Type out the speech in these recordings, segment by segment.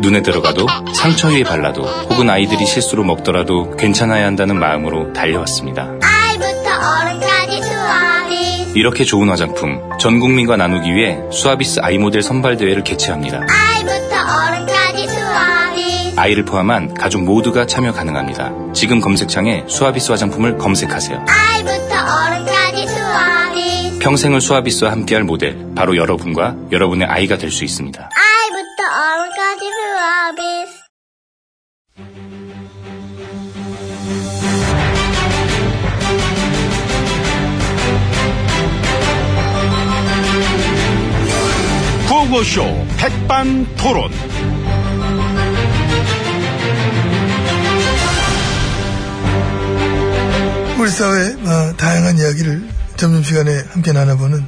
눈에 들어가도 상처 위에 발라도 혹은 아이들이 실수로 먹더라도 괜찮아야 한다는 마음으로 달려왔습니다. 아이부터 어른까지 수아비스 이렇게 좋은 화장품 전 국민과 나누기 위해 수아비스 아이모델 선발 대회를 개최합니다. 아이부터 어른까지 수아비스 아이를 포함한 가족 모두가 참여 가능합니다. 지금 검색창에 수아비스 화장품을 검색하세요. 아이부터 어른까지 수아비스 평생을 수아비스와 함께할 모델 바로 여러분과 여러분의 아이가 될 수 있습니다. 아이부터 어른까지 수아비스 구호쇼 백반 토론. 우리 사회의 어, 다양한 이야기를 점심시간에 함께 나눠보는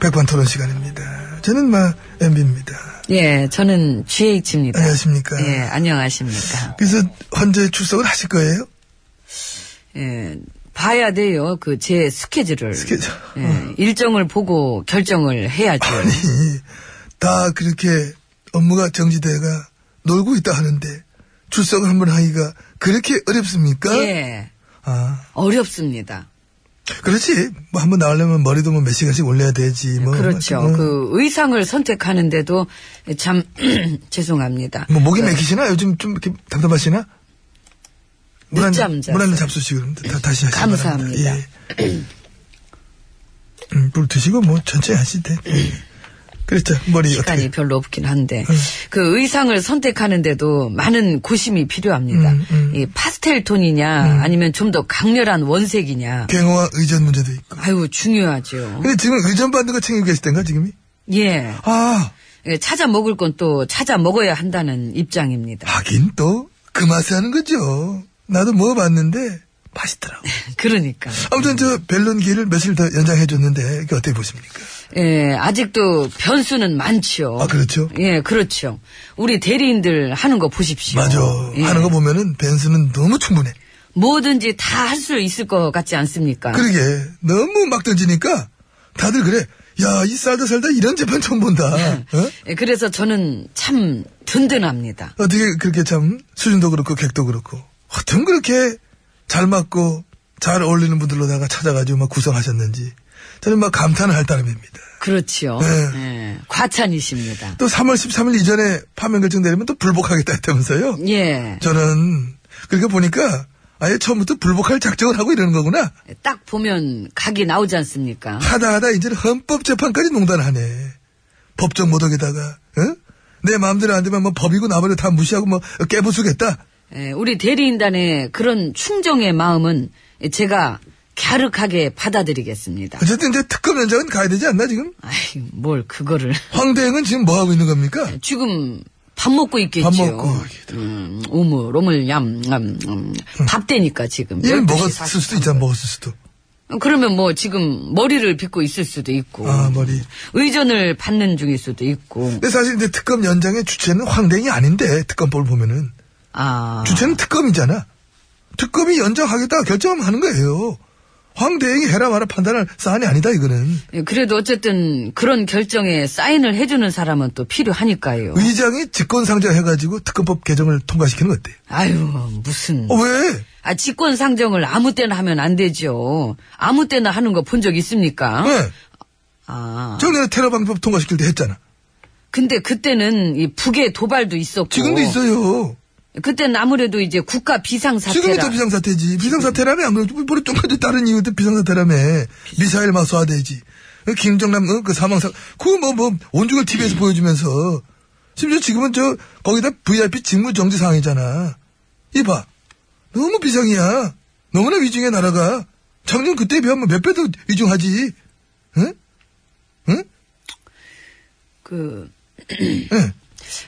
백반토론 시간입니다. 저는 마 MB입니다. 예, 저는 GH입니다. 안녕하십니까. 예, 안녕하십니까. 그래서 헌재 출석을 하실 거예요? 예, 봐야 돼요. 그 제 스케줄을. 스케줄. 예, 일정을 보고 결정을 해야죠. 아니, 다 그렇게 업무가 정지되가 놀고 있다 하는데 출석을 한번 하기가 그렇게 어렵습니까? 예, 아, 어렵습니다. 그렇지. 뭐 한번 나오려면 머리도 뭐 몇 시간씩 올려야 되지. 뭐 그렇죠. 뭐, 그 의상을 선택하는데도 참 죄송합니다. 뭐 목이 맥히시나? 요즘 좀 이렇게 담담하시나? 문안, 늦잠 잤어요. 문안 잡수시고 그럼 다, 다시 하시기 바랍니다. 감사합니다. 예. 음, 물 드시고 뭐 천천히 하시대. 그렇죠. 머리 시간이 어떻게. 별로 없긴 한데 음. 그 의상을 선택하는데도 많은 고심이 필요합니다. 음, 음. 이 파스텔 톤이냐 아니면 좀 더 강렬한 원색이냐. 갱어와 의전 문제도 있고. 아유 중요하죠. 근데 지금 의전 받는 거 챙기고 계시던가 지금이? 예. 아, 예, 찾아 먹을 건 또 찾아 먹어야 한다는 입장입니다. 하긴 또 그 맛에 하는 거죠. 나도 먹어봤는데 맛있더라고. 그러니까. 아무튼 저 벨론기를 며칠 더 연장해줬는데 이게 어떻게 보십니까? 예, 아직도 변수는 많죠. 아, 그렇죠. 예, 그렇죠. 우리 대리인들 하는 거 보십시오. 맞아. 예. 하는 거 보면은 벤스는 너무 충분해. 뭐든지 다 할 수 있을 것 같지 않습니까? 그러게 너무 막 던지니까 다들 그래 야 이 살다 살다 이런 재판 처음 본다 어? 예, 그래서 저는 참 든든합니다. 어떻게 그렇게 참 수준도 그렇고 객도 그렇고 하여튼 그렇게 잘 맞고 잘 어울리는 분들로다가 찾아가지고 막 구성하셨는지 저는 막 감탄을 할 따름입니다 그렇지요. 네. 예, 과찬이십니다. 또 3월 13일 이전에 파면 결정 내리면 또 불복하겠다 했다면서요 예. 저는 그렇게 보니까 아예 처음부터 불복할 작정을 하고 이러는 거구나 딱 보면 각이 나오지 않습니까? 하다 하다 이제는 헌법재판까지 농단하네. 법정 모독에다가, 어? 내 마음대로 안 되면 뭐 법이고 나발을 다 무시하고 뭐 깨부수겠다? 예, 우리 대리인단의 그런 충정의 마음은 제가 갸륵하게 받아들이겠습니다. 어쨌든 이제 특검 연장은 가야 되지 않나, 지금? 아이, 뭘 그거를. 황대행은 지금 뭐 하고 있는 겁니까? 지금 밥 먹고 있겠지요. 밥 먹고. 음, 오물, 오물, 얌, 얌, 음. 밥 되니까 지금. 얘는 12시 먹었을 수도 있잖아, 먹었을 수도. 그러면 뭐 지금 머리를 빗고 있을 수도 있고. 아, 머리. 네. 의전을 받는 중일 수도 있고. 근데 사실 이제 특검 연장의 주체는 황대행이 아닌데, 특검법을 보면은. 아. 주체는 특검이잖아. 특검이 연장하겠다 결정하면 하는 거예요. 황대행이 해라 마라 판단할 사안이 아니다, 이거는. 예, 그래도 어쨌든 그런 결정에 사인을 해주는 사람은 또 필요하니까요. 의장이 직권상정 해가지고 특검법 개정을 통과시키는 거 어때? 아유, 무슨. 어, 왜? 아, 직권 상정을 아무 때나 하면 안 되죠. 아무 때나 하는 거 본 적 있습니까? 네. 아. 작년에 테러 방법 통과시킬 때 했잖아. 근데 그때는 이 북의 도발도 있었고. 지금도 있어요. 그때는 아무래도 이제 국가 비상사태라. 지금이 더 비상사태지. 비상사태라며 안 그러지. 뭐, 좀 전에 다른 이유도 비상사태라며. 미사일 막 쏴대지. 김정남, 어, 그 사망사, 그거 뭐, 뭐, 온종일 TV에서 보여주면서. 심지어 지금은 저, 거기다 VIP 직무 정지 상황이잖아. 이봐. 너무 비상이야. 너무나 위중해, 나라가. 작년 그때 비하면 몇 배 더 위중하지. 응? 응? 그 응.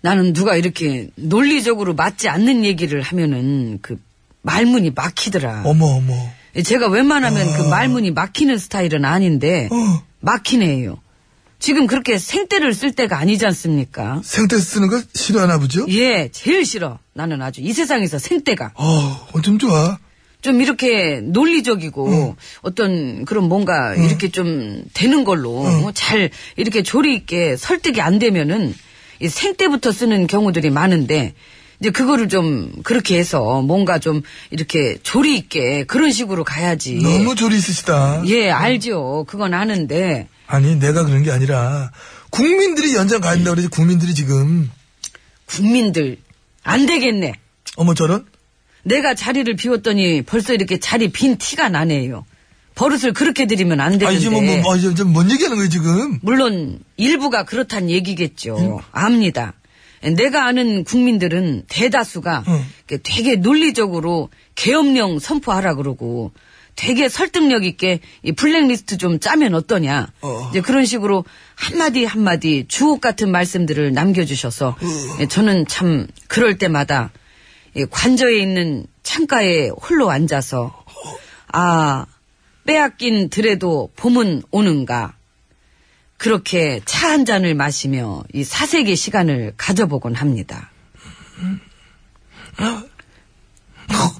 나는 누가 이렇게 논리적으로 맞지 않는 얘기를 하면은 그 말문이 막히더라. 어머, 어머. 제가 웬만하면 그 말문이 막히는 스타일은 아닌데 어. 막히네요. 지금 그렇게 생떼를 쓸 때가 아니지 않습니까? 생태 쓰는 거 싫어하나 보죠? 예, 제일 싫어. 나는 아주 이 세상에서 생떼가 어, 어쩜 좋아. 좀 이렇게 논리적이고 음. 어떤 그런 뭔가 음. 이렇게 좀 되는 걸로 잘 이렇게 조리 있게 설득이 안 되면은 이 생때부터 쓰는 경우들이 많은데 이제 그거를 좀 그렇게 해서 뭔가 좀 이렇게 조리 있게 그런 식으로 가야지. 너무 조리 있으시다. 예, 알죠. 그건 아는데 아니, 내가 그런 게 아니라, 국민들이 연장 가야 된다고 그러지, 국민들이 지금. 국민들 안 되겠네. 어머, 저런? 내가 자리를 비웠더니 벌써 이렇게 자리 빈 티가 나네요. 버릇을 그렇게 들이면 안 되는데. 아니, 지금 뭐, 뭐, 뭐, 지금 뭔 얘기 하는 거예요, 지금? 물론 일부가 그렇단 얘기겠죠. 압니다. 내가 아는 국민들은 대다수가 응. 이렇게 되게 논리적으로 계엄령 선포하라 그러고 되게 설득력 있게 이 블랙리스트 좀 짜면 어떠냐. 어. 이제 그런 식으로 한마디 한마디 주옥 같은 말씀들을 남겨주셔서 예, 저는 참 그럴 때마다 이 관저에 있는 창가에 홀로 앉아서 아 빼앗긴 들에도 봄은 오는가 그렇게 차 한 잔을 마시며 이 사색의 시간을 가져보곤 합니다. 어? 어,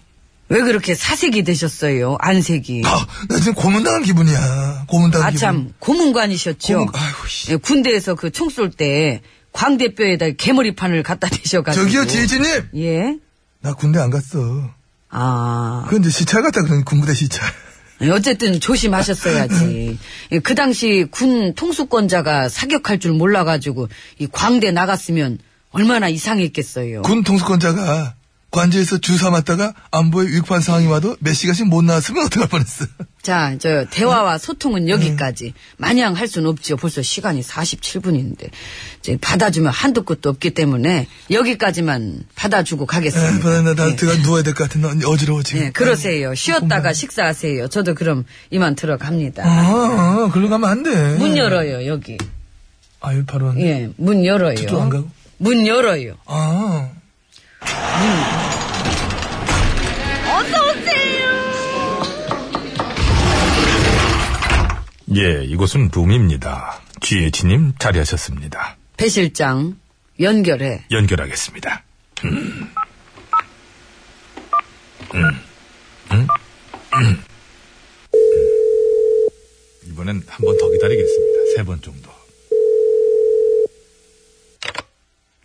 왜 그렇게 사색이 되셨어요? 안색이. 아, 나 지금 고문당한 기분이야. 고문당한 기분. 아참 고문관이셨죠. 고문- 아이고, 씨. 예, 군대에서 그 총 쏠 때 광대뼈에다 개머리판을 갖다 대셔가지고. 저기요, 지혜진님! 예. 나 군대 안 갔어. 아. 그건 이제 시찰 같다, 그런 군부대 시찰. 어쨌든 조심하셨어야지. 예, 그 당시 군 통수권자가 사격할 줄 몰라가지고 이 광대 나갔으면 얼마나 이상했겠어요. 군 통수권자가 관제에서 주사 맞다가 안보의 위급한 상황이 와도 몇 시간씩 못 나왔으면 어떡할 뻔했어. 자, 저 음? 대화와 소통은 여기까지. 마냥 할 수는 없지요. 벌써 시간이 47분인데. 이제 받아주면 한도 끝도 없기 때문에 여기까지만 받아주고 가겠습니다. 네, 나, 나 예. 들어가 누워야 될 것 같아. 나 어지러워, 지금. 예, 그러세요. 쉬었다가 식사하세요. 저도 그럼 이만 아, 들어갑니다. 아, 글로 가면 안 돼. 문 열어요, 여기. 아유, 바로 왔네. 예, 문 열어요. 저쪽 안 가고? 문 열어요. 아. 예, 이곳은 룸입니다. GH님 자리하셨습니다. 배 실장, 연결해. 연결하겠습니다. 음. 음. 음. 음. 이번엔 한 번 더 기다리겠습니다. 세 번 정도.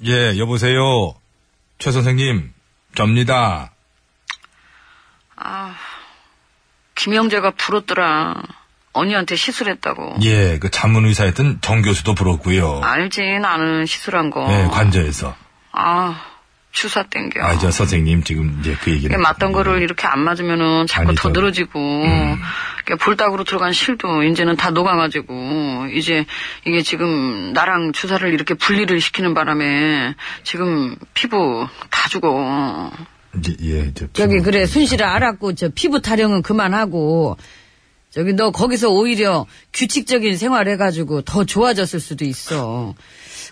예, 여보세요. 최 선생님, 접니다. 김영재가 불었더라. 언니한테 시술했다고. 예, 그 자문의사였던 정 교수도 부럽고요. 알지, 나는 시술한 거. 예, 관저에서. 아, 주사 땡겨. 아, 저 선생님 지금 이제 그 얘기를. 이게 맞던 거를 이렇게 안 맞으면은 자꾸 아니죠. 음. 더 늘어지고 이게 볼닭으로 들어간 실도 이제는 다 녹아가지고 이제 이게 지금 나랑 주사를 이렇게 분리를 시키는 바람에 지금 피부 다 죽어. 이제, 예, 이제. 저기 지금- 그래 순실아 알았고 저 피부 타령은 그만하고 저기 너 거기서 오히려 규칙적인 생활 해가지고 더 좋아졌을 수도 있어.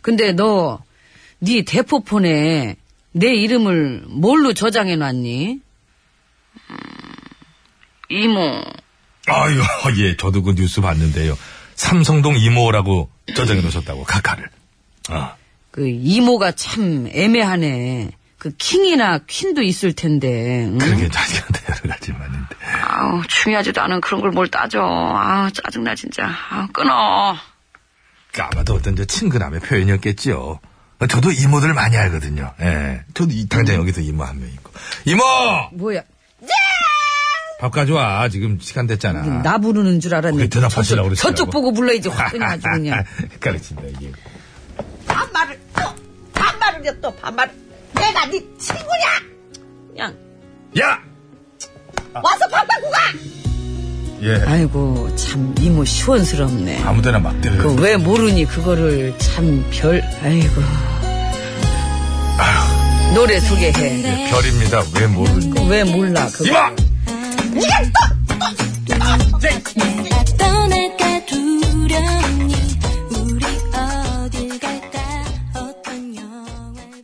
근데 너 네 대포폰에 내 이름을 뭘로 저장해 놨니? 음, 이모. 아유, 예, 저도 그 뉴스 봤는데요. 삼성동 이모라고 저장해 놓으셨다고, 카카를. 아, 그 이모가 참 애매하네. 그 킹이나 퀸도 있을 텐데. 응? 그게 자식한테 여러 가지 많은데. 아우 중요하지도 않은 그런 걸 뭘 따져. 아 짜증나 진짜. 아 끊어. 그 아마도 어떤 저 친근함의 표현이었겠지요. 어, 저도 이모들 많이 알거든요. 예. 저도 이- 당장 여기서 이모 한 명 있고. 이모! 뭐야? 밥 가져와. 지금 시간 됐잖아. 음, 나 부르는 줄 알았는데 그게 대답하시려고 저쪽, 저쪽 그러시더라고. 보고 불러야지 확 그냥 아주 그냥 그렇습니다, 이게. 반말을 또 반말을 또 반말. 내가 네 친구냐? 그냥 야! 와서 밥 받고 가. 예. 아이고 참 이모 시원스럽네 아무 데나 막 때려. 그 왜 모르니 그거를 참 별 아이고 노래 소개해 예, 별입니다. 왜 모르니. 그거 왜 몰라 그거 이모! 떠날까 두려니 우리 어딜 갈까 어떤 영화를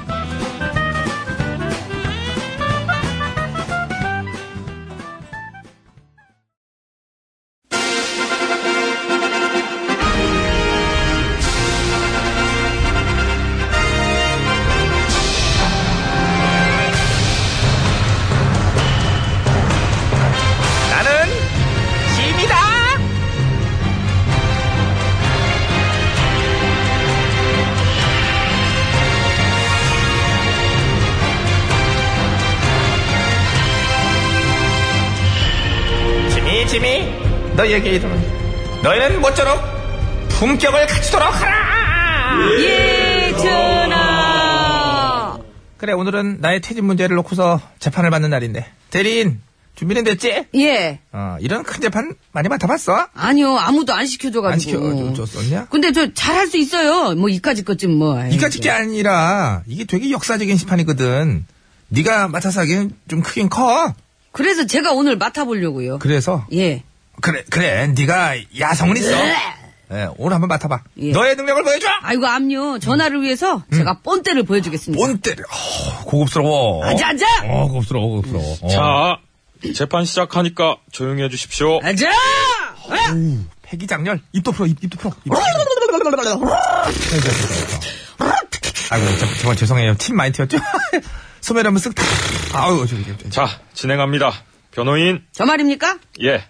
나는 짐이다. 짐이 짐이 너에게 이르노니 너희는 모쪼록 품격을 갖추도록 하라. 예, 전하! 그래 오늘은 나의 퇴진 문제를 놓고서 재판을 받는 날인데 대리인 준비는 됐지? 예. 어, 이런 큰 재판 많이 맡아봤어? 아니요, 아무도 안 시켜줘가지고. 안 시켜줬었냐? 어, 근데 저 잘할 수 있어요. 뭐, 이까짓 것쯤 뭐. 아이, 이까짓 게 아니라 이게 되게 역사적인 시판이거든. 네가 맡아서 하기엔 좀 크긴 커. 그래서 제가 오늘 맡아보려고요. 그래서 예. 그래 그래 네가 야성은 있어. 예, 오늘 한번 맡아봐. 예. 너의 능력을 보여줘. 아이고, 암요. 전화를 위해서 제가 음. 뻔때를 보여주겠습니다. 본때려. 어, 고급스러워. 아자아자! 음. 어, 고급스러워 고급스러워. 어. 자, 재판 시작하니까 조용히 해주십시오. 아자! 폐기장렬. 입도 풀어 입, 입도 풀어. 입. 아이고 저- 정말 죄송해요. 침 많이 튀었죠? 소매를 한번 쓱. 탁. 아우 저기 저기, 저기. 자, 진행합니다. 변호인, 저 말입니까? 예,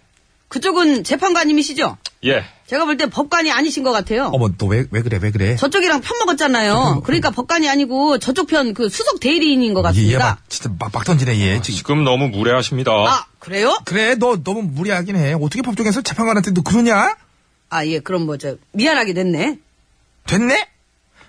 그쪽은 재판관님이시죠? 예. 제가 볼 때 법관이 아니신 것 같아요. 어머 너 왜 왜 그래 왜 그래? 저쪽이랑 편 먹었잖아요. 그러니까 법관이 아니고 저쪽 편 그 수석 대리인인 것 얘 같습니다. 막, 진짜 막, 막 던지네 얘. 지금 지금 너무 무례하십니다. 어. 아, 그래요? 그래, 너 너무 무리하긴 해. 어떻게 법정에서 재판관한테 너 그러냐? 아, 예, 그럼 뭐, 저, 미안하게 됐네. 됐네?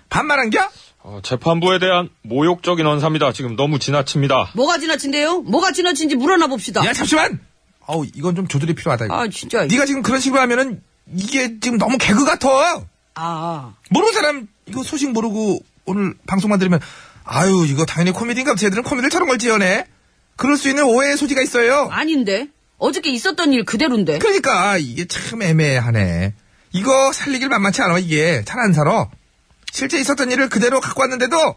반말한겨? 어, 재판부에 대한 모욕적인 언사입니다. 지금 너무 지나칩니다. 뭐가 지나친데요? 뭐가 지나친지 물어나 봅시다. 야, 잠시만! 어우, 이건 좀 조절이 필요하다. 이거. 아, 진짜. 네가 지금 그런 식으로 하면은 이게 지금 너무 개그 같아. 아, 모르는 사람 이거 소식 모르고 오늘 방송만 들으면 아유, 이거 당연히 코미디인가 쟤들은 코미디를 저런 걸 지어내. 그럴 수 있는 오해의 소지가 있어요. 아닌데. 어저께 있었던 일 그대로인데. 그러니까 이게 참 애매하네. 이거 살리길 만만치 않아 이게 잘 안 살아. 실제 있었던 일을 그대로 갖고 왔는데도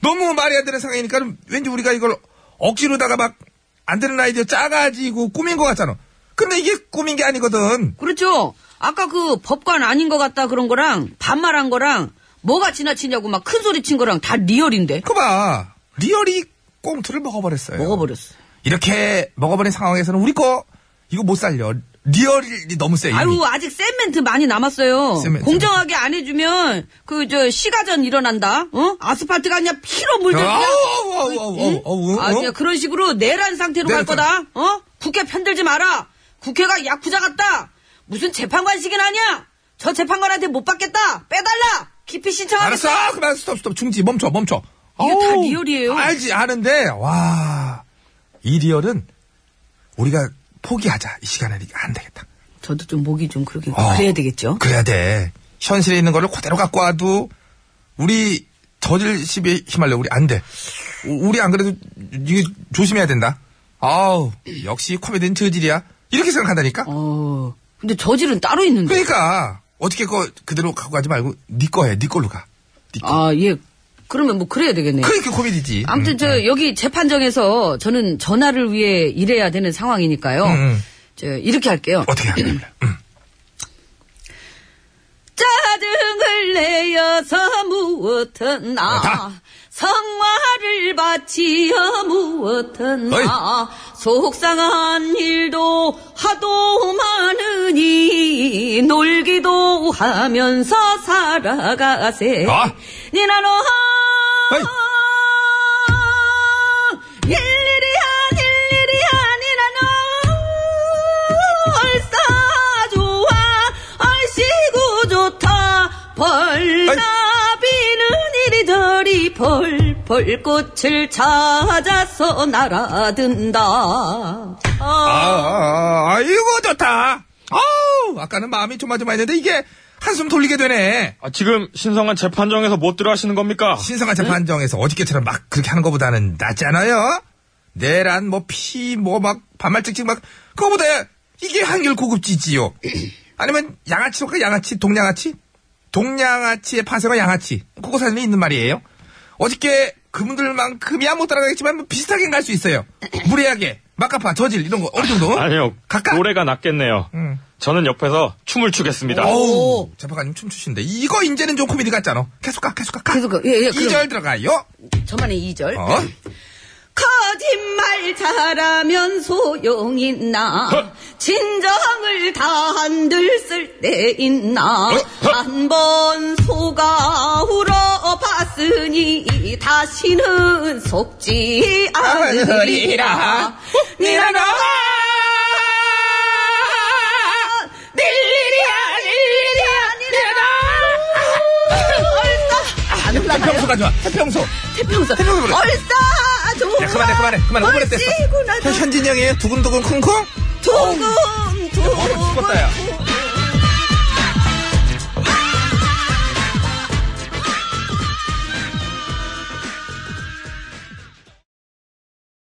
너무 말이 안 되는 상황이니까 왠지 우리가 이걸 억지로다가 막 안 되는 아이디어 짜가지고 꾸민 것 같잖아. 근데 이게 꾸민 게 아니거든. 그렇죠. 아까 그 법관 아닌 것 같다 그런 거랑 반말한 거랑 뭐가 지나치냐고 막 큰 소리 친 거랑 다 리얼인데. 그봐 리얼이 꽁트를 먹어버렸어요. 먹어버렸어. 음. 이렇게 먹어버린 상황에서는 우리 거 이거 못 살려. 리얼이 너무 세. 이미. 아유, 아직 센 멘트 많이 남았어요. 센 멘트. 공정하게 안 해주면, 그, 저, 시가전 일어난다. 어? 아스팔트가 그냥 피로 물들고. 아우, 그냥- 아우, 아우, 아우, 아우, 아우, 아, 어? 그냥 그런 식으로 내란 상태로 갈 내란 거다. 어? 국회 편들지 마라. 국회가 야쿠자 같다. 무슨 재판관식은 아니야. 저 재판관한테 못 받겠다. 빼달라. 기피 신청하겠다. 알았어 그만 스톱 스톱 중지 멈춰 멈춰 아, 이게 다 리얼이에요. 알지 아는데 와 이 리얼은 우리가 포기하자 이 시간에 이게 안 되겠다 저도 좀 목이 좀 그러게 어. 그래야 되겠죠. 그래야 돼 현실에 있는 거를 그대로 갖고 와도 우리 저질 시비에 휘말려 우리 안돼 우리 안 그래도 이게 조심해야 된다 아우 역시 코미디는 저질이야 이렇게 생각한다니까 어. 근데 저질은 따로 있는데. 그러니까 어떻게 거 그대로 갖고 가지 말고 네 거 해 네 걸로 가 네 거. 아, 예. 그러면 뭐 그래야 되겠네요. 그러니까 코미디지 아무튼 음. 저 여기 재판정에서 저는 전화를 위해 일해야 되는 상황이니까요. 음. 저 이렇게 할게요. 어떻게 하냐 짜증을 내어서 무엇했나 성화를 바치어 어이. 무엇했나 속상한 일도 하도 많으니 놀기도 하면서 살아가세 아. 니나노 어이. 일일이 한 일일이 아니라 얼싸 좋아 얼씨구 좋다 벌나 비는 이리저리 벌꽃을 찾아서 어. 날아든다. 아, 아, 아이고, 좋다. 아우, 아까는 마음이 조마조마했는데 이게 한숨 돌리게 되네. 아, 지금 신성한 재판정에서 못 들어하시는 겁니까? 신성한 재판정에서 어저께처럼 막 그렇게 하는 것보다는 낫잖아요? 내란, 뭐, 피, 뭐, 막, 반말 찍찍 막, 그거보다 이게 한결 고급지지요. 아니면 양아치일까? 양아치? 동양아치? 동양아치의 파생어 양아치. 그거 사전에 있는 말이에요. 어저께 그분들만큼이야 못 따라가겠지만 뭐 비슷하게 갈 수 있어요. 무례하게, 막가파, 저질, 이런 거 어느 정도? 아니요. 각각. 노래가 낫겠네요. 저는 옆에서 춤을 추겠습니다. 어우, 재판관님 춤추신데. 이거 이제는 좀 코미디 같잖아. 계속 가, 계속 가, 가. 계속 가. 예, 예, 그럼. 2절 들어가요. 저만의 네. 2절. 어? 거짓말 잘하면 소용있나 진정을 다 한들 쓸데 있나 한 번 속아 울어봤으니 다시는 속지 않으리라 니라 너와 태평소 가져와. 태평소. 태평소 태평소 부르래. 얼싸 좋아 야, 그만해, 그만해, 그만해. 오버랩 됐어. 얼씨구나 어, 현진이 형의 두근두근 쿵쿵? 두근 두근 어, 죽었다, 야.